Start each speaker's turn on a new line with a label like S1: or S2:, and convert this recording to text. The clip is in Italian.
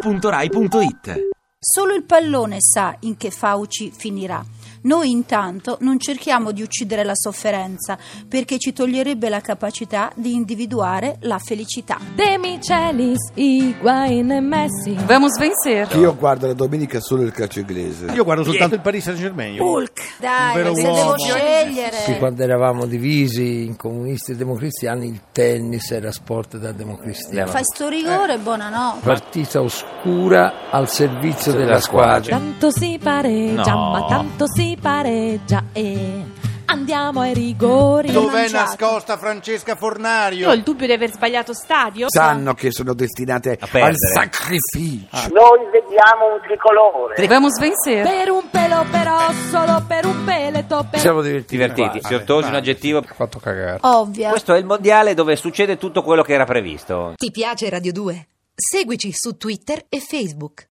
S1: radio2pod.rai.it
S2: Solo il pallone sa in che fauci finirà. Noi intanto non cerchiamo di uccidere la sofferenza perché ci toglierebbe la capacità di individuare la felicità.
S3: De Michelis, Higuain e Messi.
S4: Vamos vencer.
S5: Io guardo la domenica solo il calcio inglese.
S6: Io guardo soltanto il Paris Saint Germain.
S2: Hulk, dai,
S6: vero
S2: se
S6: uomo.
S2: devo scegliere.
S7: Sì, quando eravamo divisi in comunisti e democristiani, il tennis era sport da democristiani.
S2: Fai sto rigore, buonanotte.
S7: Partita oscura al servizio della squadra.
S3: Tanto si pareggia,
S6: No.
S3: ma tanto si pareggia e andiamo ai rigori.
S6: Dov'è
S2: Mangiato.
S6: nascosta Francesca
S8: Io ho
S6: Fornario?
S8: il dubbio di aver sbagliato stadio.
S5: Sanno che sono destinate al
S6: perdere.
S5: sacrificio.
S9: Noi vediamo un tricolore.
S4: Vamos vencer.
S3: Per un pelo però, solo per un peleto,
S7: Ci
S3: per
S7: Siamo divertiti.
S10: Divertiti,
S7: qua.
S10: sottosi un aggettivo.
S7: Fatto cagare.
S2: Ovvia.
S10: Questo è il mondiale dove succede tutto quello che era previsto.
S4: Ti piace Radio 2? Seguici su Twitter e Facebook.